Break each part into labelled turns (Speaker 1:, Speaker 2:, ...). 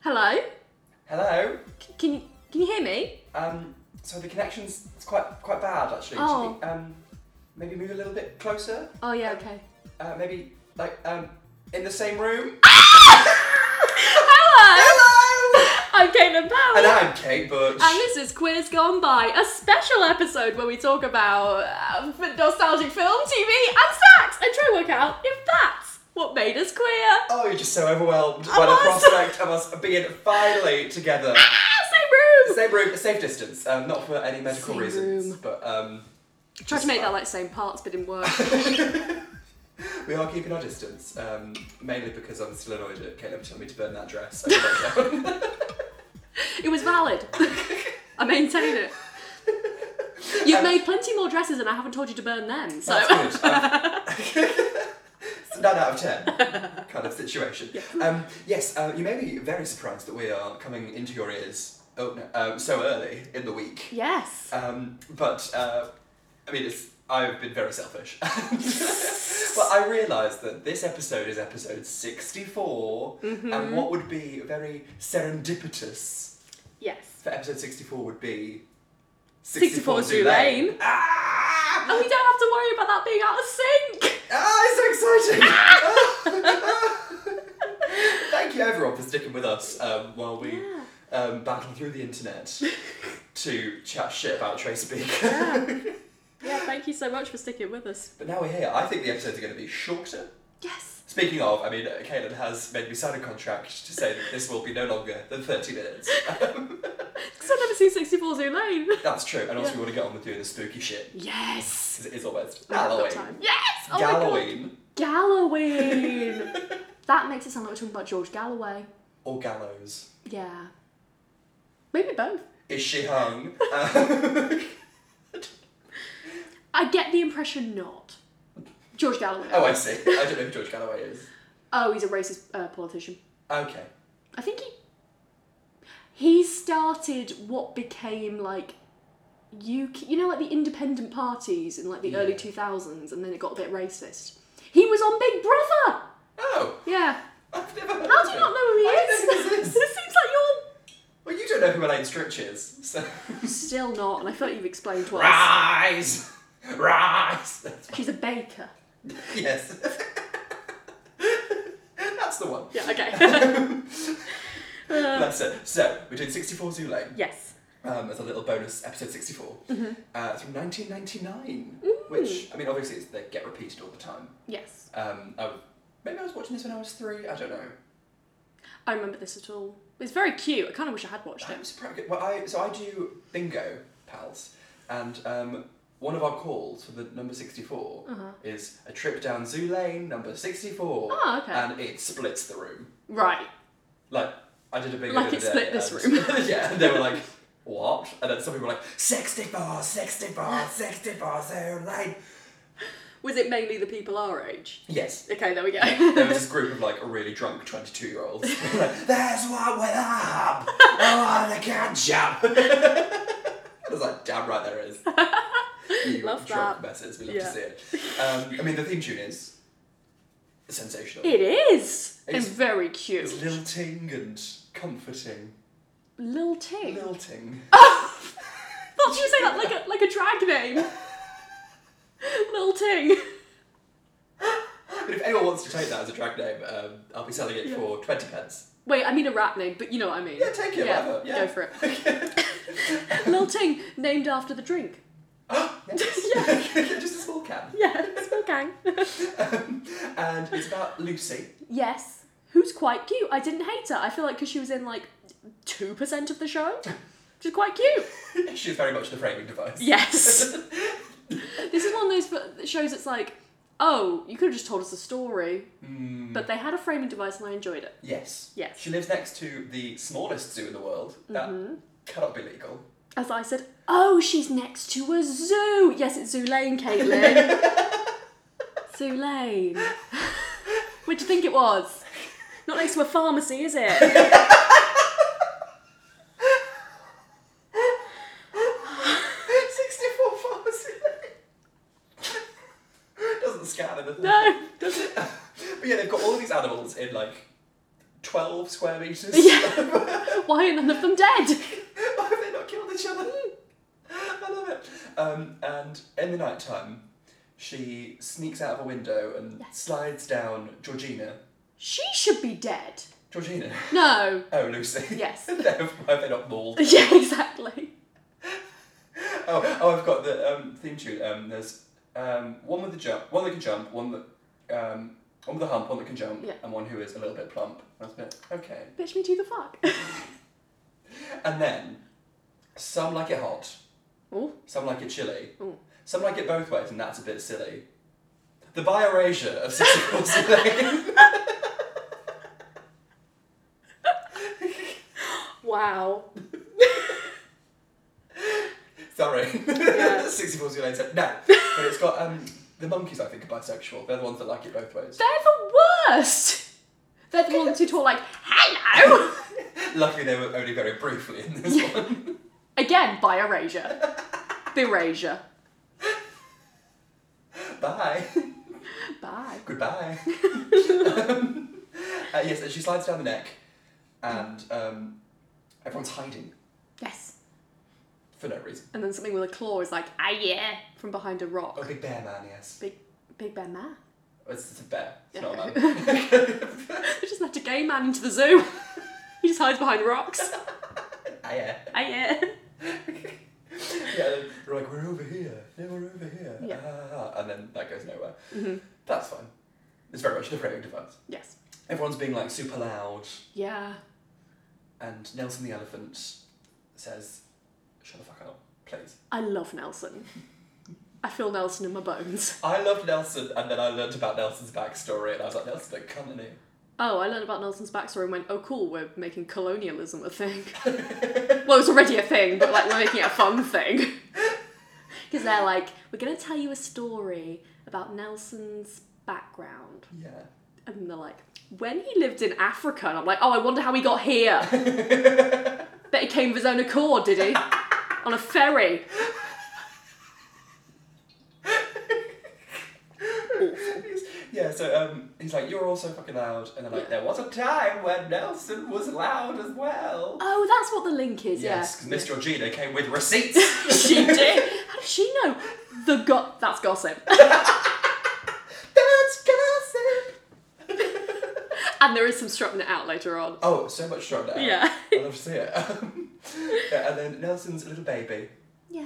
Speaker 1: Hello?
Speaker 2: Hello.
Speaker 1: C- Can you, can you hear me?
Speaker 2: Um, so the connection's it's quite quite bad actually. Should
Speaker 1: Oh.
Speaker 2: we, um, maybe move a little bit closer.
Speaker 1: Oh, yeah, okay.
Speaker 2: Uh, maybe like um, in the same room.
Speaker 1: Hello!
Speaker 2: Hello.
Speaker 1: I'm Caitlin Powell.
Speaker 2: and I'm Kate Butch.
Speaker 1: And this is Quiz Gone By, a special episode where we talk about uh, nostalgic film, TV, and snacks and try and work out if that's what made us queer.
Speaker 2: Oh, you're just so overwhelmed
Speaker 1: I
Speaker 2: by the
Speaker 1: was.
Speaker 2: prospect of us being finally together.
Speaker 1: Ah, same room!
Speaker 2: Same room, safe distance. Um, not for any medical
Speaker 1: Same
Speaker 2: reasons,
Speaker 1: room.
Speaker 2: but um,
Speaker 1: Tried to make that like same parts, but didn't work.
Speaker 2: we are keeping our distance. Um, mainly because I'm still annoyed at Caleb telling me to burn that dress. I wrote down.
Speaker 1: it was valid. I maintain it. You've made plenty more dresses and I haven't told you to burn them, so.
Speaker 2: Um, That's good. Um, it's a nine out of ten kind of situation. Um, yes, uh, you may be very surprised that we are coming into your ears oh, no, um, so early in the week.
Speaker 1: Yes.
Speaker 2: Um, but uh, I mean, it's, I've been very selfish. but I realised that this episode is episode 64, and what would be very serendipitous
Speaker 1: Yes.
Speaker 2: for episode 64 would be
Speaker 1: 64 Zoo Lane.
Speaker 2: Ah!
Speaker 1: And we don't have to worry about that being out of sync.
Speaker 2: Ah, it's so exciting! Thank you everyone for sticking with us um, while we um, battle through the internet to chat shit about Tracer Beaker.
Speaker 1: Yeah, thank you so much for sticking with us.
Speaker 2: but now we're here. I think the episodes are going to be shorter.
Speaker 1: Yes.
Speaker 2: Speaking of, I mean, uh, Caitlin has made me sign a contract to say that this will be no longer than 30 minutes.
Speaker 1: Because I've never seen 64 Zoo Lane.
Speaker 2: That's true, and also
Speaker 1: Yeah.
Speaker 2: we want to get on with doing the spooky shit,
Speaker 1: Yes.
Speaker 2: 'cause it is almost
Speaker 1: We have got
Speaker 2: Halloween.
Speaker 1: time. Yes! Oh my god.
Speaker 2: Galloween.
Speaker 1: Galloween. that makes it sound like we're talking about George Galloway.
Speaker 2: or gallows.
Speaker 1: Yeah. Maybe both.
Speaker 2: Is she hung? Uh,
Speaker 1: I get the impression not. George Galloway.
Speaker 2: oh, I see. I don't know who George Galloway is.
Speaker 1: Oh, he's a racist uh, politician.
Speaker 2: Okay.
Speaker 1: I think he he started what became like you you know like the independent parties in like the early
Speaker 2: Yeah.
Speaker 1: 2000s and then it got a bit racist. He was on Big Brother.
Speaker 2: Oh,
Speaker 1: Yeah.
Speaker 2: I've never heard
Speaker 1: How
Speaker 2: of
Speaker 1: do you
Speaker 2: him.
Speaker 1: not know who he
Speaker 2: I
Speaker 1: is?
Speaker 2: don't know who
Speaker 1: this
Speaker 2: this
Speaker 1: seems
Speaker 2: is.
Speaker 1: like you're
Speaker 2: Well, you don't know who Elaine Stritch is, so.
Speaker 1: still not and I thought you've explained to us.
Speaker 2: Rise! Rise! That's-
Speaker 1: She's a baker.
Speaker 2: yes. That's the one.
Speaker 1: Yeah, okay.
Speaker 2: That's it. So, we're doing 64 Zoo Lane
Speaker 1: yes.
Speaker 2: um, as a little bonus episode 64
Speaker 1: Mm-hmm.
Speaker 2: uh, from 1999, which, I mean, obviously it's, they get repeated all the time.
Speaker 1: Yes.
Speaker 2: Um, I, maybe I was watching this when I was three, I don't know.
Speaker 1: I remember this at all. It's very cute. I kind of wish I had watched
Speaker 2: I'm
Speaker 1: it.
Speaker 2: surprised. Well, I so I do bingo pals, and um, one of our calls for the number 64
Speaker 1: Uh-huh.
Speaker 2: is a trip down Zoo Lane, number sixty four.
Speaker 1: Oh, okay.
Speaker 2: And it splits the room.
Speaker 1: Right.
Speaker 2: Like I did a bingo.
Speaker 1: Like
Speaker 2: the
Speaker 1: it
Speaker 2: other
Speaker 1: split
Speaker 2: day,
Speaker 1: this
Speaker 2: and-
Speaker 1: room.
Speaker 2: yeah, and they were like. What? And then some people were like, 64, 64, 64, Zoo Lane.
Speaker 1: Was it mainly the people our age?
Speaker 2: Yes.
Speaker 1: Okay, there we go.
Speaker 2: There was this group of like really drunk 22 year olds. like, There's what went up! Oh, the cat jump! I was like, damn right there is. You
Speaker 1: Love
Speaker 2: drunk
Speaker 1: that.
Speaker 2: messes, we love
Speaker 1: Yeah.
Speaker 2: to see it. Um, I mean, the theme tune is sensational.
Speaker 1: It is.
Speaker 2: It's-
Speaker 1: It's very cute.
Speaker 2: It's lilting and comforting.
Speaker 1: Lil Ting.
Speaker 2: Lilting.
Speaker 1: Thought you were saying that like a like a drag name. Lil Ting.
Speaker 2: But if anyone wants to take that as a drag name, um, I'll be selling it
Speaker 1: Yeah.
Speaker 2: for 20 pence.
Speaker 1: Wait, I mean a rap name, but you know what I mean.
Speaker 2: Yeah, take it,
Speaker 1: Yeah,
Speaker 2: whatever. Yeah.
Speaker 1: Go for it. Lil Ting, named after the drink.
Speaker 2: Yes. Just a small can.
Speaker 1: Yeah, small gang.
Speaker 2: And it's about Lucy.
Speaker 1: yes. Who's quite cute. I didn't hate her. I feel like because she was in like two percent of the show. She's quite cute.
Speaker 2: She's very much the framing device.
Speaker 1: Yes. this is one of those f- shows that's like, oh, you could have just told us a story,
Speaker 2: Hmm.
Speaker 1: but they had a framing device and I enjoyed it.
Speaker 2: Yes.
Speaker 1: Yes. Mm-hmm.
Speaker 2: She lives next to the smallest zoo in the world. That cannot be legal.
Speaker 1: As I said, oh, she's next to a zoo. Yes, it's Zoo Lane, Caitlin. zoo Lane. What'd you think it was? Not next to a pharmacy, is it?
Speaker 2: Sixty-four pharmacy. Doesn't scan anything.
Speaker 1: No.
Speaker 2: Does it? But yeah, they've got all these animals in like twelve 12 square metres.
Speaker 1: Yeah. Why are none of them dead?
Speaker 2: Why have they not killed each other? I love it. Um, and in the night time, she sneaks out of a window and
Speaker 1: Yes.
Speaker 2: slides down Georgina.
Speaker 1: She should be dead.
Speaker 2: Georgina?
Speaker 1: No.
Speaker 2: Oh, Lucy.
Speaker 1: Yes.
Speaker 2: They're- Why have they not mauled?
Speaker 1: Yeah, exactly.
Speaker 2: Oh, oh I've got the um, theme tune. Um, there's um, one with the jump, one that can jump, one that, um, one with a hump, one that can jump,
Speaker 1: Yeah.
Speaker 2: and one who is a little bit plump. That's a bit, okay.
Speaker 1: Bitch me to the fuck.
Speaker 2: And then, some like it hot,
Speaker 1: Oh,
Speaker 2: some like it chilly,
Speaker 1: Ooh.
Speaker 2: some like it both ways, and that's a bit silly. The bi-erasure of Sissy Crossy Lane.
Speaker 1: wow.
Speaker 2: Sorry.
Speaker 1: Yeah.
Speaker 2: Sissy Crossy Lane said no. But it's got um, the monkeys, I think, are bisexual. They're the ones that like it both ways.
Speaker 1: They're the worst. They're the ones who talk like, hello!
Speaker 2: Luckily, they were only very briefly in this
Speaker 1: Yeah.
Speaker 2: one.
Speaker 1: Again, by erasure. The erasure.
Speaker 2: Bye.
Speaker 1: Bye.
Speaker 2: Goodbye. Um, uh, yes, and she slides down the neck, and um, everyone's hiding
Speaker 1: Yes.
Speaker 2: for no reason.
Speaker 1: And then something with a claw is like, ah yeah, from behind a rock.
Speaker 2: Oh, big bear man, yes.
Speaker 1: Big, big bear man.
Speaker 2: It's, it's a bear. It's not a
Speaker 1: Okay.
Speaker 2: man.
Speaker 1: They just let a gay man into the zoo. he just hides behind rocks.
Speaker 2: Ah, yeah.
Speaker 1: Ah yeah.
Speaker 2: Yeah, then we're like, we're over here. No, we're over here.
Speaker 1: Yeah.
Speaker 2: Ah, and then that goes nowhere. That's fine. It's very much an operating device.
Speaker 1: Yes.
Speaker 2: Everyone's being like super loud,
Speaker 1: Yeah.
Speaker 2: and Nelson the elephant says, shut the fuck up, please.
Speaker 1: I love Nelson. I feel Nelson in my bones.
Speaker 2: I loved Nelson, and then I learnt about Nelson's backstory, and I was like, Nelson's a cunt, isn't he?
Speaker 1: Oh, I learned about Nelson's backstory and went, oh cool, we're making colonialism a thing. well, it's already a thing, but like we're making it a fun thing. Because they're like, we're going to tell you a story about Nelson's background.
Speaker 2: Yeah.
Speaker 1: And they're like, when he lived in Africa. And I'm like, oh, I wonder how he got here. Bet he came of his own accord, did he? On a ferry.
Speaker 2: He's- yeah, so um, he's like, You're all so fucking loud. And then, like, there was a time when Nelson was loud as well.
Speaker 1: Oh, that's what the link is,
Speaker 2: Yes, because
Speaker 1: yeah.
Speaker 2: Miss Georgina came with receipts.
Speaker 1: she did. How does she know? The go- that's gossip.
Speaker 2: That's gossip.
Speaker 1: and there is some strutting it out later on.
Speaker 2: Oh, so much strong now.
Speaker 1: Yeah.
Speaker 2: I love to see it. yeah, and then Nelson's a little baby,
Speaker 1: Yeah.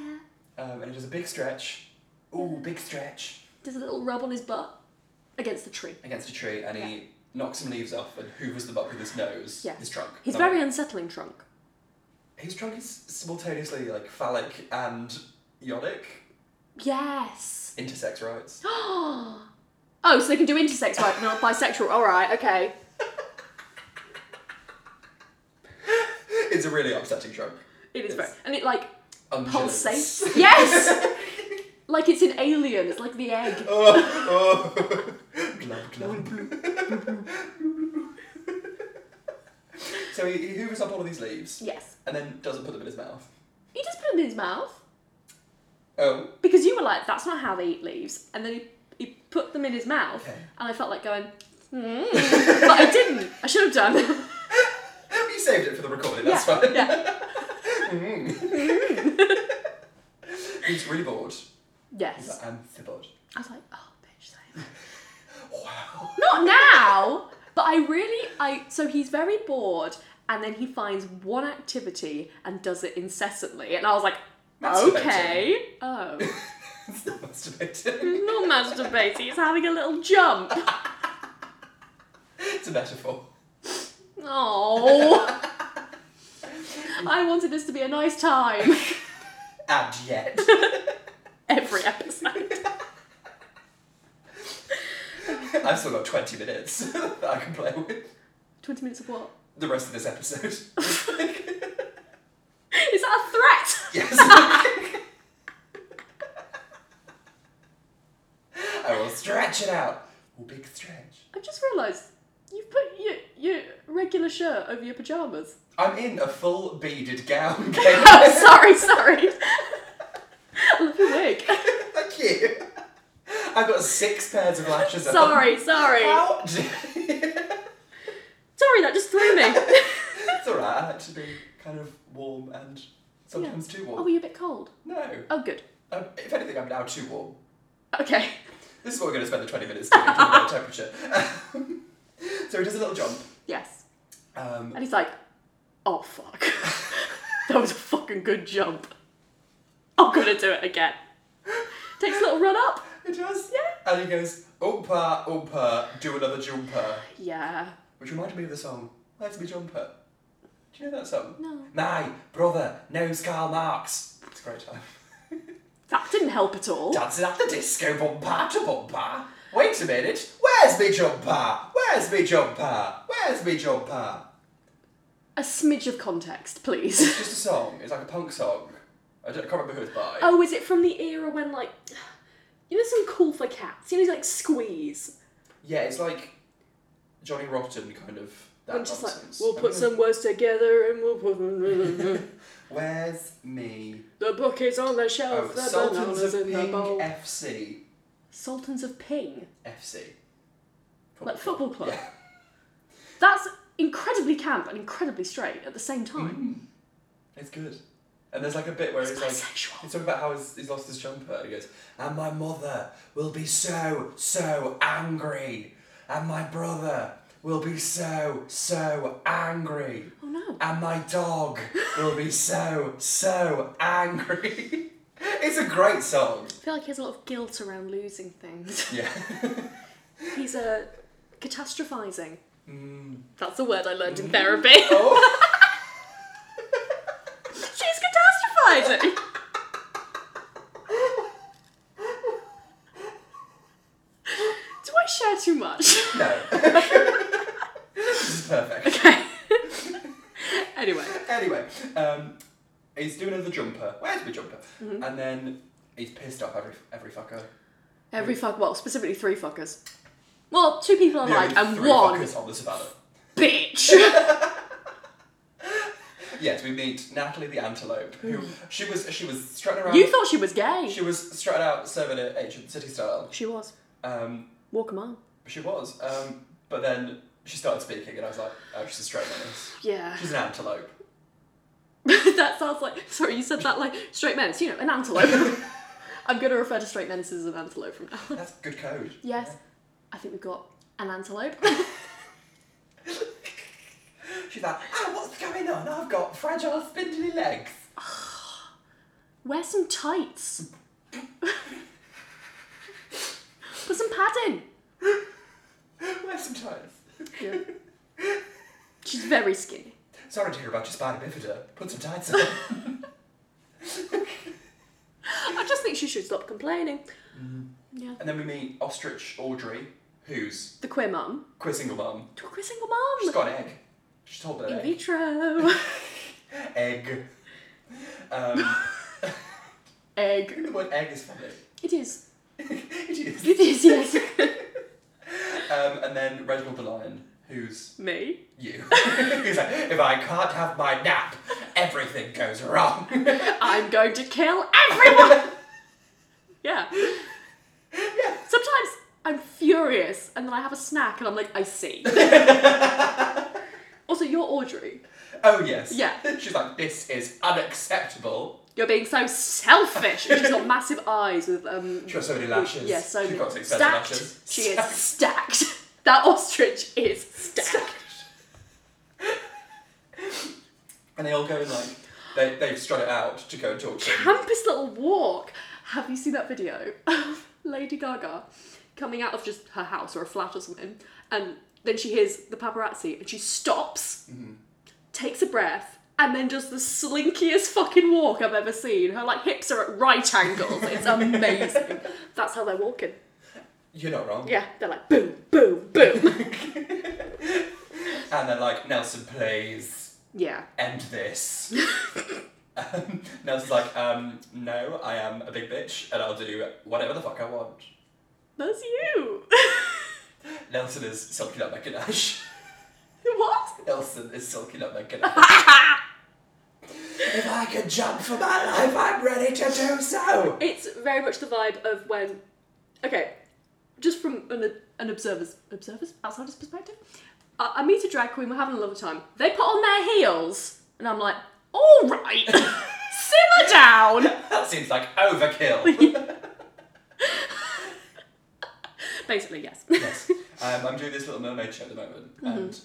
Speaker 2: um, and he does a big stretch. Ooh, big stretch
Speaker 1: Does a little rub on his butt against the tree.
Speaker 2: against a tree, and he knocks some leaves off and hoovers them up with his nose,
Speaker 1: Yeah.
Speaker 2: his trunk.
Speaker 1: He's
Speaker 2: Oh.
Speaker 1: very unsettling trunk.
Speaker 2: His trunk is simultaneously like phallic and ionic.
Speaker 1: Yes.
Speaker 2: Intersex rights.
Speaker 1: oh, so they can do intersex, right? Not bisexual. All right. Okay.
Speaker 2: it's a really upsetting trunk.
Speaker 1: It is very,
Speaker 2: Yes.
Speaker 1: and it like
Speaker 2: Undulates.
Speaker 1: pulsates. yes. Like it's an alien. It's like the egg.
Speaker 2: oh, oh. glub, glub. so he, he hoovers up all of these leaves
Speaker 1: Yes.
Speaker 2: and then doesn't put them in his mouth.
Speaker 1: He just put it in his mouth
Speaker 2: Oh,
Speaker 1: because you were like, "That's not how they eat leaves," and then he, he put them in his mouth,
Speaker 2: Okay.
Speaker 1: and I felt like going, hmm. but I didn't. I should have done.
Speaker 2: you saved it for the recording, that's
Speaker 1: yeah.
Speaker 2: fine.
Speaker 1: Yeah.
Speaker 2: He's really bored. He's
Speaker 1: Yes.
Speaker 2: like, I'm so bored.
Speaker 1: I was like, oh, bitch, same.
Speaker 2: Wow.
Speaker 1: Not now, but I really, I so he's very bored, and then he finds one activity and does it incessantly, and I was like,
Speaker 2: Masturbating.
Speaker 1: okay, oh,
Speaker 2: it's not masturbating.
Speaker 1: he's not masturbating, he's having a little jump.
Speaker 2: It's a metaphor.
Speaker 1: Oh, I wanted this to be a nice time
Speaker 2: And yet.
Speaker 1: every episode.
Speaker 2: I've still got 20 minutes that I can play with.
Speaker 1: Twenty minutes of what?
Speaker 2: The rest of this episode.
Speaker 1: Is that a threat?
Speaker 2: Yes. I will stretch it out. Oh, big stretch.
Speaker 1: I've just realised you've put your your regular shirt over your pajamas.
Speaker 2: I'm in a full beaded gown.
Speaker 1: oh,
Speaker 2: Kate.
Speaker 1: sorry, sorry. I love your wig.
Speaker 2: Thank you. I've got six pairs of lashes. on.
Speaker 1: Sorry, sorry.
Speaker 2: How? d-
Speaker 1: Sorry, that just threw me.
Speaker 2: It's alright, I like to be kind of warm and sometimes too
Speaker 1: oh,
Speaker 2: warm.
Speaker 1: were you a bit cold?
Speaker 2: No.
Speaker 1: Oh, good.
Speaker 2: Um, if anything, I'm now too warm.
Speaker 1: Okay.
Speaker 2: This is what we're going to spend the 20 minutes doing, talking about temperature. so he does a little jump.
Speaker 1: Yes.
Speaker 2: Um,
Speaker 1: And he's like, oh fuck. that was a fucking good jump. I'm gonna do it again. Takes a little run up.
Speaker 2: he does.
Speaker 1: Yeah.
Speaker 2: And he goes, Oompa, Oompa, do another jumper.
Speaker 1: Yeah.
Speaker 2: Which reminded me of the song, Let's Be Jumper. Do you know that song?
Speaker 1: No.
Speaker 2: My brother knows Karl Marx. It's a great time.
Speaker 1: That didn't help at all.
Speaker 2: Dancing at the disco, bumper to bumper. Wait a minute, where's me jumper? Where's me jumper? Where's me jumper?
Speaker 1: A smidge of context, please.
Speaker 2: It's just a song. It's like a punk song. I, don't, I can't remember who it's by.
Speaker 1: oh, is it from the era when like you know some call for cats? You know like squeeze.
Speaker 2: Yeah, it's like Johnny Rotten kind of. That
Speaker 1: When it's just like
Speaker 2: nonsense.
Speaker 1: we'll put some words together and we'll put
Speaker 2: Where's me?
Speaker 1: the book is on the shelf,
Speaker 2: Oh,
Speaker 1: the
Speaker 2: Sultans
Speaker 1: bananas
Speaker 2: of
Speaker 1: in the
Speaker 2: Ping
Speaker 1: bowl.
Speaker 2: FC.
Speaker 1: Sultans of Ping.
Speaker 2: FC.
Speaker 1: Like football club.
Speaker 2: Yeah.
Speaker 1: That's incredibly camp and incredibly straight at the same time.
Speaker 2: It's good. And there's like a bit where
Speaker 1: It's
Speaker 2: it's like.
Speaker 1: bisexual.
Speaker 2: He's talking about how he's, he's lost his jumper. He goes, and my mother will be so, so angry. And my brother will be so, so angry.
Speaker 1: Oh no.
Speaker 2: And my dog will be so, so angry. it's a great song.
Speaker 1: I feel like he has a lot of guilt around losing things.
Speaker 2: Yeah.
Speaker 1: He's uh, catastrophizing. That's a word I learned in therapy.
Speaker 2: Mm. oh,
Speaker 1: She's catastrophizing. Do I share too much?
Speaker 2: no. this is perfect.
Speaker 1: Okay. anyway.
Speaker 2: Anyway, um, he's doing another jumper. Where's my jumper?
Speaker 1: Mm-hmm.
Speaker 2: And then he's pissed off every every fucker.
Speaker 1: Every fuck, well, specifically three fuckers. Well, two people are
Speaker 2: The only
Speaker 1: like, and
Speaker 2: three
Speaker 1: one
Speaker 2: fuckers on the savannah.
Speaker 1: bitch.
Speaker 2: Yes, we meet Natalie the antelope, who she was she was strutting around.
Speaker 1: Hmm. you thought she was gay.
Speaker 2: she was strutting out serving it ancient city style.
Speaker 1: She was.
Speaker 2: Um,
Speaker 1: Walk a mile.
Speaker 2: she was. Um, but then she started speaking, and I was like, oh, she's a straight menace.
Speaker 1: Yeah.
Speaker 2: She's an antelope.
Speaker 1: that sounds like. Sorry, you said that like straight menace. You know, an antelope. I'm going to refer to straight menaces as an antelope from now on.
Speaker 2: That's good code.
Speaker 1: Yes, I think we've got an antelope.
Speaker 2: She's like, oh, what's going on? I've got fragile, spindly legs.
Speaker 1: Wear some tights. Put some padding.
Speaker 2: Wear some tights.
Speaker 1: Yeah. She's very skinny.
Speaker 2: Sorry to hear about your spina bifida. Put some tights on.
Speaker 1: I just think she should stop complaining. Yeah.
Speaker 2: and then we meet Ostrich Audrey, who's
Speaker 1: The queer mum.
Speaker 2: queer single mum.
Speaker 1: To a queer single mum.
Speaker 2: She's got an egg. She's told about
Speaker 1: In
Speaker 2: an egg.
Speaker 1: vitro.
Speaker 2: Egg. Um,
Speaker 1: Egg.
Speaker 2: the word egg is funny.
Speaker 1: It is.
Speaker 2: it is.
Speaker 1: It is, yes.
Speaker 2: Um, and then Reginald the Lion, who's
Speaker 1: Me.
Speaker 2: you. He's like, if I can't have my nap, everything goes wrong.
Speaker 1: I'm going to kill everyone! yeah. Sometimes I'm furious and then I have a snack and I'm like, I see. also, you're Audrey.
Speaker 2: oh, yes.
Speaker 1: Yeah.
Speaker 2: She's like, this is unacceptable.
Speaker 1: You're being so selfish. And she's got massive eyes with um.
Speaker 2: She's got so many lashes.
Speaker 1: Yeah, so
Speaker 2: She's got six sets of
Speaker 1: stacked.
Speaker 2: lashes.
Speaker 1: She is stacked. That ostrich is stacked.
Speaker 2: And they all go and like, they, they've strut it out to go and talk to him.
Speaker 1: Campus little walk. Have you seen that video of Lady Gaga coming out of just her house or a flat or something, and then she hears the paparazzi and she stops, takes a breath, and then does the slinkiest fucking walk I've ever seen. Her like hips are at right angles. It's amazing. That's how they're walking.
Speaker 2: You're not wrong.
Speaker 1: Yeah, they're like boom, boom, boom.
Speaker 2: And they're like, Nelson, please
Speaker 1: yeah.
Speaker 2: end this. um, Nelson's like, um, no, I am a big bitch and I'll do whatever the fuck I want.
Speaker 1: That's you.
Speaker 2: Nelson is silky nutmeg ganache.
Speaker 1: what?
Speaker 2: Nelson is silky nutmeg ganache. if I could jump for my life, I'm ready to do so.
Speaker 1: It's very much the vibe of when, okay, just from an, an observer's observer's outsider's perspective, I, I meet a drag queen, we're having a lovely time. They put on their heels, and I'm like, all right, simmer down.
Speaker 2: That seems like overkill.
Speaker 1: Basically, yes.
Speaker 2: yes. Um, I'm doing this Little Mermaid show at the moment,
Speaker 1: Mm-hmm.
Speaker 2: and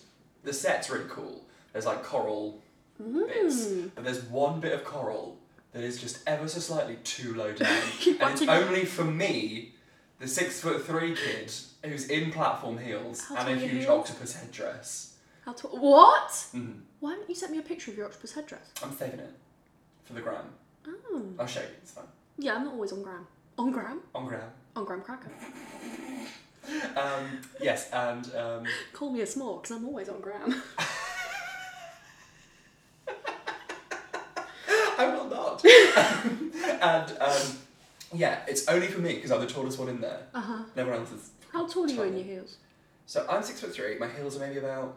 Speaker 2: the set's really cool. There's like coral
Speaker 1: Mm-hmm.
Speaker 2: bits, but there's one bit of coral that is just ever so slightly too low down,
Speaker 1: You
Speaker 2: and it's
Speaker 1: want to-
Speaker 2: only for me, the six foot three kid who's in platform heels
Speaker 1: How
Speaker 2: and
Speaker 1: tall
Speaker 2: a
Speaker 1: are
Speaker 2: huge
Speaker 1: your heels?
Speaker 2: octopus headdress.
Speaker 1: How tall? What?
Speaker 2: Mhm.
Speaker 1: Why haven't you sent me a picture of your octopus headdress?
Speaker 2: I'm saving it for the gram.
Speaker 1: Oh.
Speaker 2: I'll show you. It's fine.
Speaker 1: Yeah, I'm not always on gram. On gram?
Speaker 2: On gram.
Speaker 1: On gram cracker.
Speaker 2: Um, yes, and um,
Speaker 1: Call me a s'more, because I'm always on gram.
Speaker 2: I will not. and um, yeah, it's only for me because I'm the tallest one in there.
Speaker 1: Uh huh.
Speaker 2: No one else is.
Speaker 1: How tall are you in
Speaker 2: Tiny.
Speaker 1: your heels?
Speaker 2: So I'm six foot three. My heels are maybe about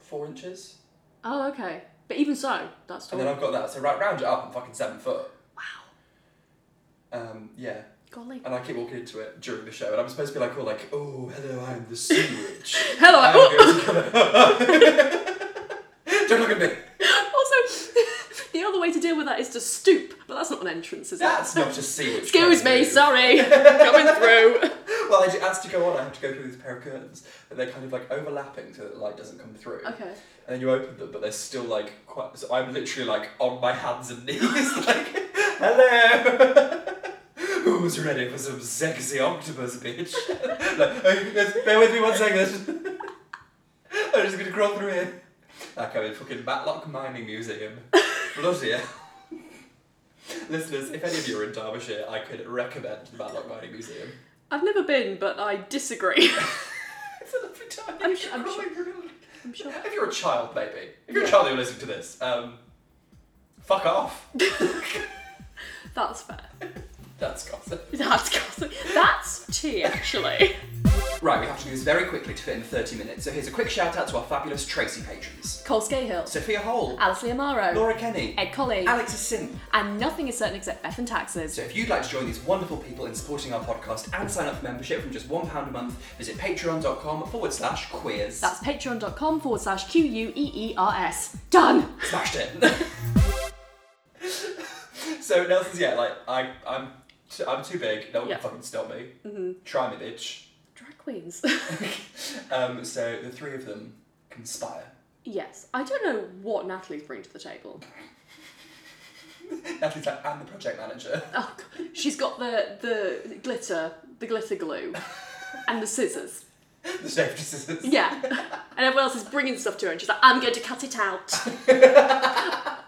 Speaker 2: four inches,
Speaker 1: Oh, okay. But even so, that's tall.
Speaker 2: and then I've got that. So right round it up, I'm fucking seven foot.
Speaker 1: Wow.
Speaker 2: Um, yeah,
Speaker 1: Golly.
Speaker 2: and I keep walking into it during the show, and I'm supposed to be like, all like, oh, hello, I'm the sewage.
Speaker 1: Hello.
Speaker 2: I'm
Speaker 1: oh,
Speaker 2: going to come- Don't look at me.
Speaker 1: also, the other way to deal with that is to stoop, but that's not an entrance, is it?
Speaker 2: That's not a sewage.
Speaker 1: Excuse
Speaker 2: coming
Speaker 1: me,
Speaker 2: through.
Speaker 1: sorry. Coming through.
Speaker 2: Well, I do, as to go on, I have to go through this pair of curtains, but they're kind of like overlapping so that the light doesn't come through.
Speaker 1: Okay.
Speaker 2: And then you open them, but they're still like quite. So I'm literally like on my hands and knees, like, hello! Who's ready for some sexy octopus, bitch? like, oh, yes, bear with me one second. I'm just gonna crawl through here. Like I'm in fucking Matlock Mining Museum. Bloody hell. Listeners, if any of you are in Derbyshire, I could recommend the Matlock Mining Museum.
Speaker 1: I've never been, but I disagree.
Speaker 2: It's a lovely time.
Speaker 1: I'm su- I'm
Speaker 2: Oh my
Speaker 1: sure-
Speaker 2: God.
Speaker 1: I'm sure.
Speaker 2: If you're a child, maybe. If you're
Speaker 1: Yeah.
Speaker 2: a child and you're listening to this, um, fuck off.
Speaker 1: That's fair.
Speaker 2: That's gossip.
Speaker 1: That's gossip. That's tea, actually.
Speaker 2: Right, we have to do this very quickly to fit in 30 minutes. So here's a quick shout out to our fabulous Tracy patrons
Speaker 1: Cole Scahill,
Speaker 2: Sophia Hole,
Speaker 1: Alice Lee Amaro,
Speaker 2: Laura Kenny,
Speaker 1: Ed Colley,
Speaker 2: Alex Sin.
Speaker 1: and nothing is certain except Beth and taxes.
Speaker 2: So if you'd like to join these wonderful people in supporting our podcast and sign up for membership from just £1 a month, visit patreon.com forward slash queers.
Speaker 1: That's patreon.com forward slash Q U E E R S. Done!
Speaker 2: smashed it. so Nelson's yeah, like I, I'm, t- I'm too big. No one
Speaker 1: Yeah.
Speaker 2: can fucking stop me. Try me, bitch.
Speaker 1: Drag queens.
Speaker 2: Um, so the three of them conspire.
Speaker 1: yes, I don't know what Natalie's bringing to the table.
Speaker 2: Natalie's like, I'm the project manager.
Speaker 1: Oh, God. she's got the, the glitter, the glitter glue, and the scissors.
Speaker 2: the safety scissors.
Speaker 1: Yeah. And everyone else is bringing stuff to her, and she's like, I'm going to cut it out.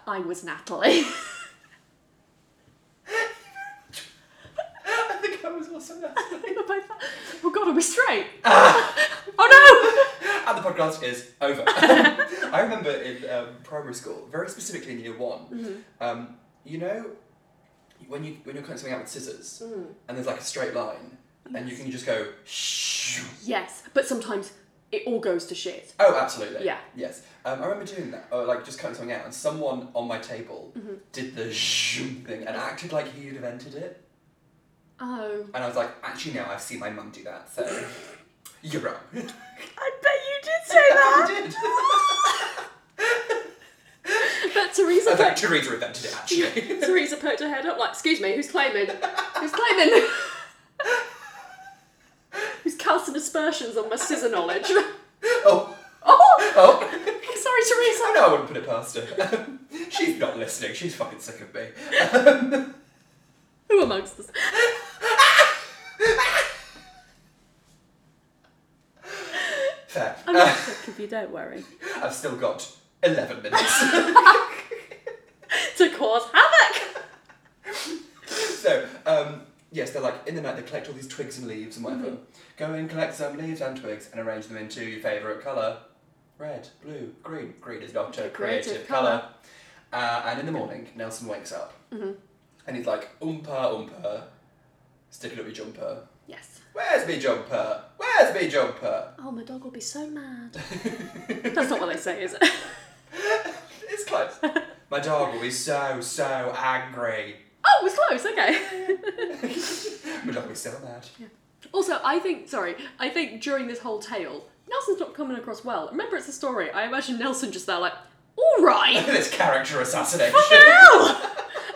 Speaker 1: I was Natalie.
Speaker 2: I think I was also Natalie.
Speaker 1: oh, God, are we straight? oh,
Speaker 2: And the podcast is over. I remember in um, primary school, very specifically in year one, um, you know, when you when you're cutting something out with scissors, and there's like a straight line, and you can just go shh.
Speaker 1: no! Yes, but sometimes it all goes to shit.
Speaker 2: Oh, absolutely.
Speaker 1: Yeah.
Speaker 2: Yes. Um, I remember doing that, or like just cutting something out, and someone on my table
Speaker 1: Mm-hmm.
Speaker 2: did the zoom thing and acted like he had invented it.
Speaker 1: Oh.
Speaker 2: And I was like, actually, no, I've seen my mum do that, so you're wrong.
Speaker 1: I bet you did say
Speaker 2: I did.
Speaker 1: but
Speaker 2: I
Speaker 1: Teresa
Speaker 2: was like,
Speaker 1: poked,
Speaker 2: Teresa invented it, actually.
Speaker 1: Teresa poked her head up like, excuse me, who's claiming? Who's claiming? who's casting aspersions on my scissor knowledge?
Speaker 2: oh,
Speaker 1: oh!
Speaker 2: oh.
Speaker 1: Sorry, Teresa.
Speaker 2: I know I wouldn't put it past her. She's not listening. She's fucking sick of me.
Speaker 1: Who amongst us?
Speaker 2: Fair.
Speaker 1: I'm not sick of you, don't worry.
Speaker 2: I've still got 11 minutes.
Speaker 1: to cause havoc!
Speaker 2: so, um, yes, they're like, in the night, they collect all these twigs and leaves and whatever. Go and collect some leaves and twigs and arrange them into your favourite colour. Red, blue, green. Green is not a
Speaker 1: Creative
Speaker 2: creative,
Speaker 1: colour.
Speaker 2: colour. Mm-hmm. Uh, and in the morning, Nelson wakes up. And he's like, oompa, oompa, sticking up your jumper.
Speaker 1: Yes.
Speaker 2: Where's me jumper? Where's me jumper?
Speaker 1: Oh, my dog will be so mad. That's not what they say, is it?
Speaker 2: It's close. My dog will be so, so angry.
Speaker 1: Oh, it was close, okay.
Speaker 2: My dog will be so mad.
Speaker 1: Also, I think, sorry, I think during this whole tale, Nelson's not coming across well. Remember, it's a story. I imagine Nelson just there, like, all right,
Speaker 2: this character assassination.
Speaker 1: hell.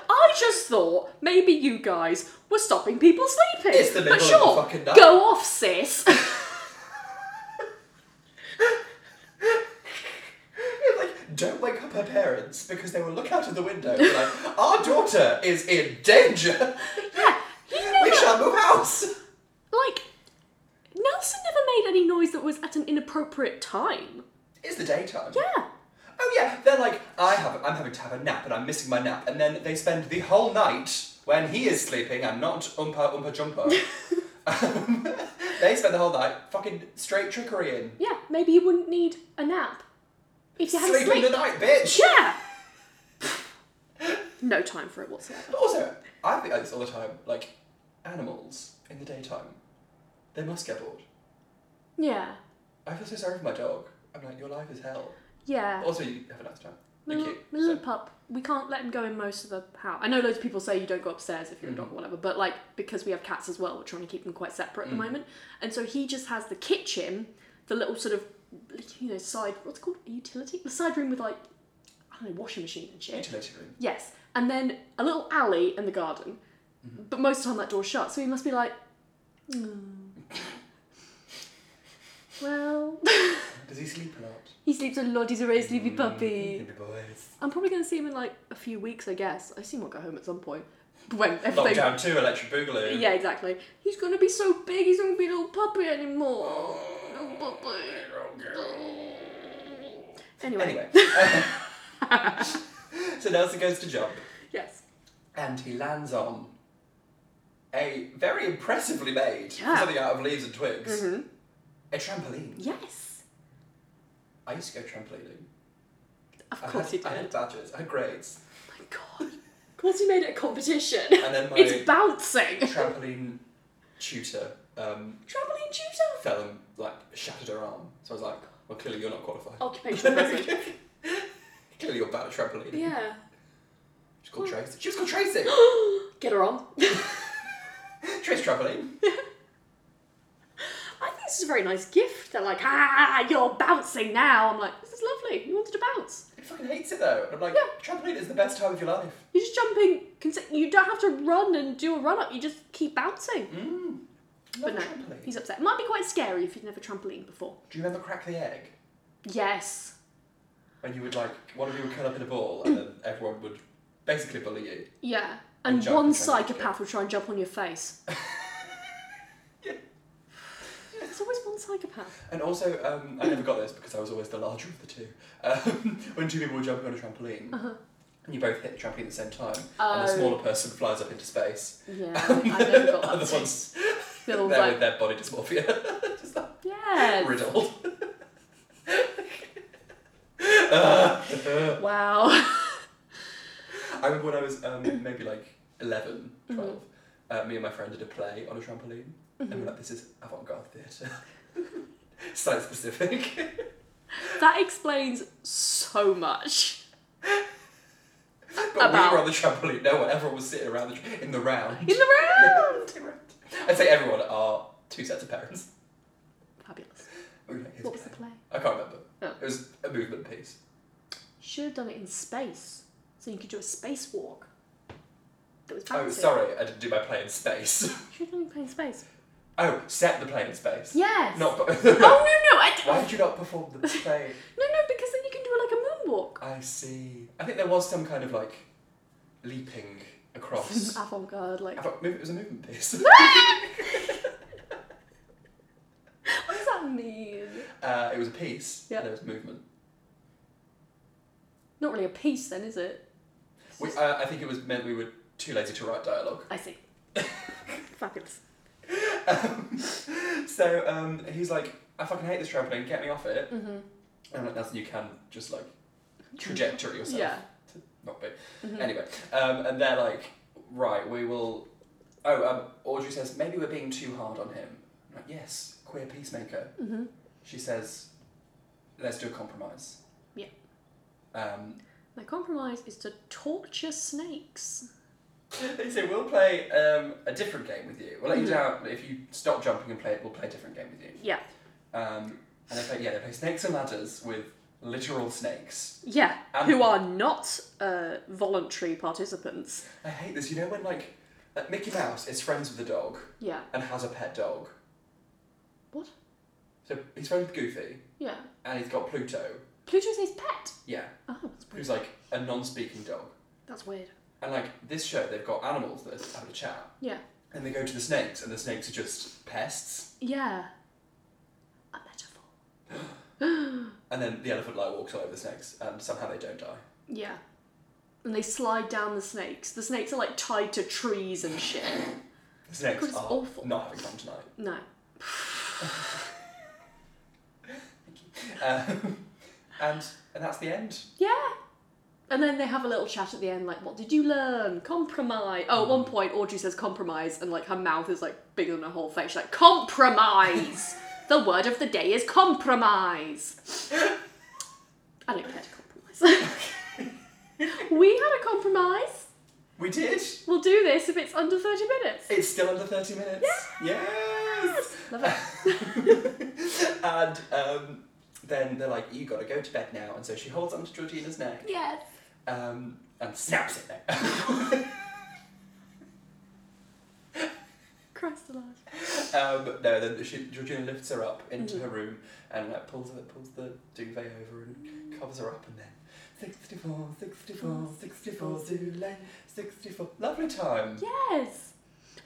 Speaker 1: I just thought maybe you guys were stopping people sleeping.
Speaker 2: It's the
Speaker 1: but
Speaker 2: middle of the
Speaker 1: sure,
Speaker 2: fucking night.
Speaker 1: go off, sis.
Speaker 2: like, don't wake up her parents because they will look out of the window and be like, our daughter is in danger.
Speaker 1: yeah, he
Speaker 2: We
Speaker 1: never
Speaker 2: shall move house.
Speaker 1: like Nelson never made any noise that was at an inappropriate time.
Speaker 2: It's the daytime.
Speaker 1: Yeah.
Speaker 2: Oh yeah, they're like, I have, I'm having to have a nap and I'm missing my nap, and then they spend the whole night when he is sleeping and not umpa umpa jumper. um, they spend the whole night fucking straight trickery in.
Speaker 1: Yeah, maybe you wouldn't need a nap if you had
Speaker 2: Sleep in
Speaker 1: sleep.
Speaker 2: the night, bitch.
Speaker 1: Yeah. no time for it whatsoever.
Speaker 2: But also, I think like this all the time. Like animals in the daytime, they must get bored.
Speaker 1: Yeah.
Speaker 2: I feel so sorry for my dog. I'm like, your life is hell.
Speaker 1: Yeah.
Speaker 2: Also, you have a nice time.
Speaker 1: My
Speaker 2: Thank
Speaker 1: Uh, little,
Speaker 2: you.
Speaker 1: my little pup. We can't let him go in most of the house. I know loads of people say you don't go upstairs if you're a dog or whatever, but like because we have cats as well, we're trying to keep them quite separate at the moment. And so he just has the kitchen, the little sort of you know side what's it called a utility, the side room with like I don't know washing machine and shit.
Speaker 2: Utility room.
Speaker 1: Yes, and then a little alley in the garden, but most of the time that door's shut, so he must be like, "Mm. well,
Speaker 2: Does he sleep a lot?
Speaker 1: he sleeps a lot. He's a very sleepy puppy.
Speaker 2: Baby boys.
Speaker 1: I'm probably going to see him in like a few weeks, I guess. I assume I'll go home at some point. When everything.
Speaker 2: Lockdown two, electric boogaloo.
Speaker 1: Yeah, exactly. He's going to be so big, he's not going to be a little puppy anymore. Little puppy. Anyway.
Speaker 2: Anyway. so Nelson goes to jump,
Speaker 1: Yes.
Speaker 2: and he lands on a very impressively made
Speaker 1: Yeah.
Speaker 2: something out of leaves and twigs.
Speaker 1: hmm
Speaker 2: A trampoline.
Speaker 1: Yes.
Speaker 2: I used to go trampolining.
Speaker 1: Of
Speaker 2: I
Speaker 1: course
Speaker 2: had,
Speaker 1: he
Speaker 2: I had
Speaker 1: did. Oh
Speaker 2: badges. I had grades.
Speaker 1: my god. Of course he made it a competition.
Speaker 2: And then my-
Speaker 1: It's bouncing.
Speaker 2: Trampoline tutor um,
Speaker 1: Trampoline tutor.
Speaker 2: fell and like shattered her arm. So I was like, well, clearly you're not qualified.
Speaker 1: Oh. Occupational hazard.
Speaker 2: Clearly you're bad at trampolining.
Speaker 1: yeah.
Speaker 2: She's called Tracy. She was called Tracy.
Speaker 1: Get her on.
Speaker 2: Trace trampoline.
Speaker 1: I think this is a very nice gift. They're like, ah, you're bouncing now. I'm like, this is lovely. You wanted to bounce.
Speaker 2: He fucking hates it though. And I'm like,
Speaker 1: Yeah.
Speaker 2: trampoline is the best time of your life.
Speaker 1: You're just jumping. consi- You don't have to run and do a run up. You just keep bouncing.
Speaker 2: Mm.
Speaker 1: But no,
Speaker 2: Love trampoline.
Speaker 1: he's upset. Might be quite scary if you've never trampolined before.
Speaker 2: Do you remember Crack the Egg?
Speaker 1: Yes.
Speaker 2: When you would like, one of you would curl up in a ball and then everyone would basically bully you.
Speaker 1: Yeah.
Speaker 2: And
Speaker 1: And
Speaker 2: jump
Speaker 1: one
Speaker 2: and try and
Speaker 1: psychopath will try and jump on your face.
Speaker 2: Yeah.
Speaker 1: There's always one psychopath.
Speaker 2: And also, um, I never got this because I was always the larger of the two. Um, when two people were jumping on a trampoline, and you both hit the trampoline at the same time, and the
Speaker 1: Uh-huh. Oh.
Speaker 2: smaller person flies up into space.
Speaker 1: Yeah, I never got
Speaker 2: Other
Speaker 1: that.
Speaker 2: ones,
Speaker 1: They're
Speaker 2: they're
Speaker 1: all
Speaker 2: with
Speaker 1: like,
Speaker 2: their body dysmorphia, just like
Speaker 1: yes.
Speaker 2: riddled.
Speaker 1: Wow.
Speaker 2: Uh, I remember when I was um, maybe like 11,
Speaker 1: Mm-hmm.
Speaker 2: 12, uh, me and my friend did a play on a trampoline, and
Speaker 1: Mm-hmm.
Speaker 2: we we're like, this is avant garde theatre. Site specific.
Speaker 1: that explains so much.
Speaker 2: but we
Speaker 1: About-
Speaker 2: were on the trampoline, no one, everyone was sitting around the tr- in the round.
Speaker 1: In the round.
Speaker 2: I'd say everyone are two sets of parents.
Speaker 1: Fabulous.
Speaker 2: We were like, here's
Speaker 1: What
Speaker 2: a
Speaker 1: was the
Speaker 2: play.
Speaker 1: play?
Speaker 2: I can't remember.
Speaker 1: Oh.
Speaker 2: It was a movement piece.
Speaker 1: Should have done it in space, so you could do a spacewalk. That was
Speaker 2: Oh,
Speaker 1: fancy.
Speaker 2: sorry, I didn't do my play in space.
Speaker 1: Should have done it in space.
Speaker 2: oh, set the play in space.
Speaker 1: Yes.
Speaker 2: Not.
Speaker 1: oh no no I d-
Speaker 2: Why did you not perform the play?
Speaker 1: no no because then you can do like
Speaker 2: I see. I think there was some kind of like leaping
Speaker 1: a moonwalk.
Speaker 2: across.
Speaker 1: Some avant-garde like.
Speaker 2: I thought move- it was a movement piece.
Speaker 1: What does that mean?
Speaker 2: uh, it was a piece.
Speaker 1: Yeah.
Speaker 2: And there was movement.
Speaker 1: Not really a piece then, is it? It's
Speaker 2: We,
Speaker 1: just-
Speaker 2: uh, I think it was meant we were too lazy to write dialogue.
Speaker 1: I see. Fabulous.
Speaker 2: Um, so um, he's like, I fucking hate this trampoline. Get me off it.
Speaker 1: Mm-hmm.
Speaker 2: And I'm like, Nelson, you can just like trajectory yourself.
Speaker 1: Yeah. Hmm. Mm-hmm.
Speaker 2: Not big. Anyway, um, and they're like, right, we will. Oh, um, Audrey says maybe we're being too hard on him. I'm like, yes, queer peacemaker.
Speaker 1: Mm-hmm.
Speaker 2: She says, let's do a compromise.
Speaker 1: Yeah.
Speaker 2: Um,
Speaker 1: My compromise is to torture snakes.
Speaker 2: they say we'll play um, a
Speaker 1: Mm-hmm.
Speaker 2: different game with you. We'll let you down if you stop jumping and play. We'll play a different game with you.
Speaker 1: Yeah.
Speaker 2: Um, And they play, yeah, they play Snakes and Ladders with literal snakes.
Speaker 1: Yeah,
Speaker 2: And-
Speaker 1: who are not uh, voluntary participants.
Speaker 2: I hate this. You know when like uh, Mickey Mouse is friends with the dog
Speaker 1: Yeah.
Speaker 2: and has a pet dog.
Speaker 1: What?
Speaker 2: So he's friends with Goofy
Speaker 1: Yeah.
Speaker 2: and he's got Pluto.
Speaker 1: Pluto's his pet.
Speaker 2: Yeah,
Speaker 1: Oh, that's weird.
Speaker 2: who's like a non-speaking dog.
Speaker 1: That's weird.
Speaker 2: And like this show, they've got animals that have a chat.
Speaker 1: Yeah.
Speaker 2: And they go to the snakes, and the snakes are just pests.
Speaker 1: Yeah. A metaphor.
Speaker 2: And then the elephant like walks all over the snakes, and somehow they don't die.
Speaker 1: Yeah. And they slide down the snakes. The snakes are like tied to trees and shit.
Speaker 2: The snakes
Speaker 1: God, it's
Speaker 2: are
Speaker 1: awful.
Speaker 2: not having fun tonight.
Speaker 1: No.
Speaker 2: Um, and and that's the end.
Speaker 1: Yeah. And then they have a little chat at the end, like, what did you learn? Compromise. Oh, at one point, Audrey says compromise, and like her mouth is like bigger than her whole face. She's like, compromise! the word of the day is compromise! I don't care to compromise. we had a compromise.
Speaker 2: We did.
Speaker 1: We'll do this if it's under 30 minutes.
Speaker 2: It's still under thirty minutes. Yes.
Speaker 1: Love it.
Speaker 2: and um, then they're like, "You gotta go to bed now," and so she holds onto Georgina's neck
Speaker 1: Yes.
Speaker 2: um, and snaps it.
Speaker 1: Christ alive.
Speaker 2: um, no, then she, Georgina lifts her up into
Speaker 1: Mm.
Speaker 2: her room and like, pulls her, pulls the duvet over and covers her up, and then. 64, 64, 64, Zulay, 64. Lovely time.
Speaker 1: Yes.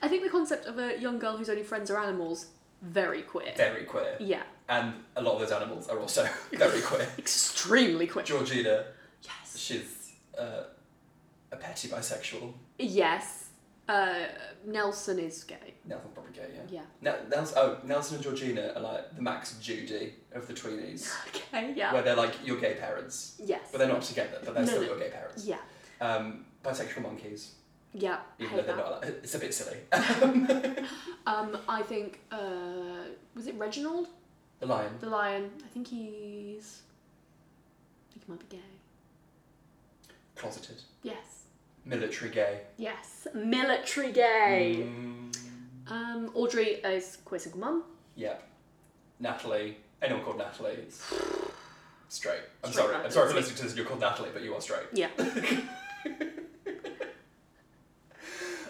Speaker 1: I think the concept of a young girl whose only friends are animals, very queer.
Speaker 2: Very queer.
Speaker 1: Yeah.
Speaker 2: And a lot of those animals are also very queer.
Speaker 1: Extremely queer.
Speaker 2: Georgina,
Speaker 1: Yes.
Speaker 2: she's uh, a petty bisexual.
Speaker 1: Yes. Uh, Nelson is gay.
Speaker 2: Nelson probably gay, yeah.
Speaker 1: Yeah.
Speaker 2: Ne- Nelson, oh, Nelson and Georgina are like the Max and Judy of the tweenies,
Speaker 1: Okay, yeah.
Speaker 2: where they're like your gay parents,
Speaker 1: yes.
Speaker 2: but they're not together, but they're
Speaker 1: No,
Speaker 2: still
Speaker 1: no.
Speaker 2: your gay parents.
Speaker 1: yeah.
Speaker 2: Um, bisexual monkeys,
Speaker 1: Yeah.
Speaker 2: even though
Speaker 1: Hate
Speaker 2: they're
Speaker 1: that.
Speaker 2: not. Like, it's a bit silly.
Speaker 1: Um, I think, uh, was it Reginald?
Speaker 2: the lion.
Speaker 1: The lion. I think he's. I think he might be gay.
Speaker 2: Closeted.
Speaker 1: Yes.
Speaker 2: Military gay.
Speaker 1: Yes. Military gay.
Speaker 2: Mm,
Speaker 1: Um, Audrey is queer single mum.
Speaker 2: yep. Natalie. Anyone called Natalie is straight. I'm
Speaker 1: Straight
Speaker 2: sorry. I'm
Speaker 1: Natalie.
Speaker 2: sorry for listening to this. You're called Natalie, but you are straight.
Speaker 1: Yeah.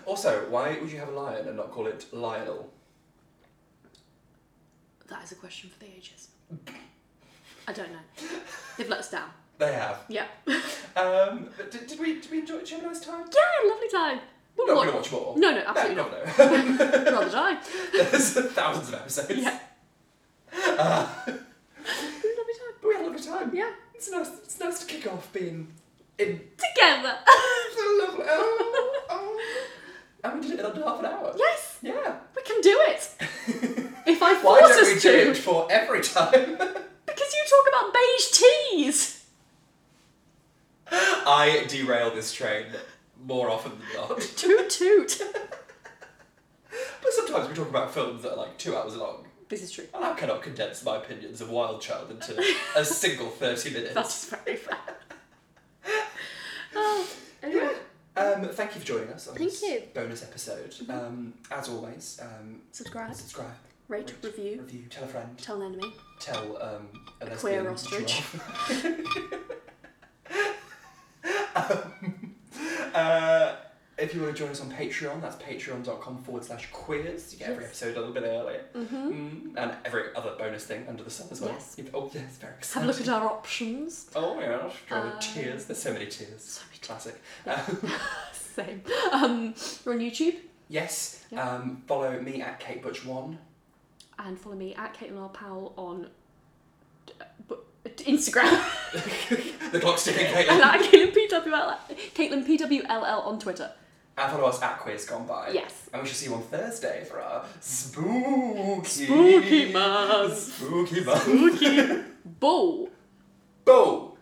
Speaker 2: Also, why would you have a lion and not call it Lionel?
Speaker 1: That is a question for the ages. I don't know. They've let us down.
Speaker 2: They have.
Speaker 1: Yeah.
Speaker 2: Um, but did, did we did we enjoy? Did you have a nice time?
Speaker 1: Yeah, lovely time. We'll
Speaker 2: We're
Speaker 1: watch-
Speaker 2: not going to watch more.
Speaker 1: No, no, absolutely
Speaker 2: no,
Speaker 1: not.
Speaker 2: no, no.
Speaker 1: Rather die.
Speaker 2: There's thousands of episodes.
Speaker 1: Yeah.
Speaker 2: Uh,
Speaker 1: lovely time.
Speaker 2: but we had a lovely time.
Speaker 1: Yeah.
Speaker 2: It's nice. It's nice to kick off being in
Speaker 1: Together.
Speaker 2: the lovely. Oh, oh. And we did it in under half an hour.
Speaker 1: yes,
Speaker 2: Yeah.
Speaker 1: we can do it. If I
Speaker 2: Why
Speaker 1: force
Speaker 2: don't we
Speaker 1: us
Speaker 2: do
Speaker 1: to.
Speaker 2: it for every time?
Speaker 1: Because you talk about beige teas.
Speaker 2: I derail this train more often than not.
Speaker 1: Toot toot.
Speaker 2: But sometimes we talk about films that are like two hours long.
Speaker 1: This is true.
Speaker 2: And I cannot condense my opinions of Wild Child into a single 30 minutes.
Speaker 1: That's very fair. Oh, anyway.
Speaker 2: Um, thank you for joining us on
Speaker 1: Thank
Speaker 2: this
Speaker 1: you. Mm-hmm.
Speaker 2: bonus episode. Um, as always, um,
Speaker 1: Subscribe,
Speaker 2: subscribe,
Speaker 1: rate, review,
Speaker 2: review, tell a friend,
Speaker 1: tell an enemy.
Speaker 2: tell um, a lesbian
Speaker 1: queer
Speaker 2: that you
Speaker 1: ostrich.
Speaker 2: are. Um, uh, if you want to join us on Patreon, that's patreon.com forward slash queers. You get every
Speaker 1: Yes.
Speaker 2: episode a little bit earlier.
Speaker 1: Mm-hmm.
Speaker 2: Mm, and every other bonus thing under the sun as well.
Speaker 1: Yes.
Speaker 2: If- Oh, yes,
Speaker 1: Have
Speaker 2: very
Speaker 1: a
Speaker 2: exciting.
Speaker 1: look at our options.
Speaker 2: Oh my gosh, drawing
Speaker 1: Um,
Speaker 2: tears. There's so many tears.
Speaker 1: So many tears.
Speaker 2: Classic.
Speaker 1: Same. Um, we're on YouTube
Speaker 2: Yes.
Speaker 1: Yeah.
Speaker 2: Um, follow me at Kate Butch One.
Speaker 1: and follow me at Caitlin R. Powell on uh, bu- Instagram
Speaker 2: the clock's ticking,
Speaker 1: and
Speaker 2: Caitlin.
Speaker 1: at Caitlin PWL, Caitlin PWLL on Twitter.
Speaker 2: And follow us at Quiz Gone By.
Speaker 1: Yes.
Speaker 2: And we shall see you on Thursday for our spooky,
Speaker 1: Spooky Mass.
Speaker 2: spooky month.
Speaker 1: Spooky. Bull.
Speaker 2: Boom.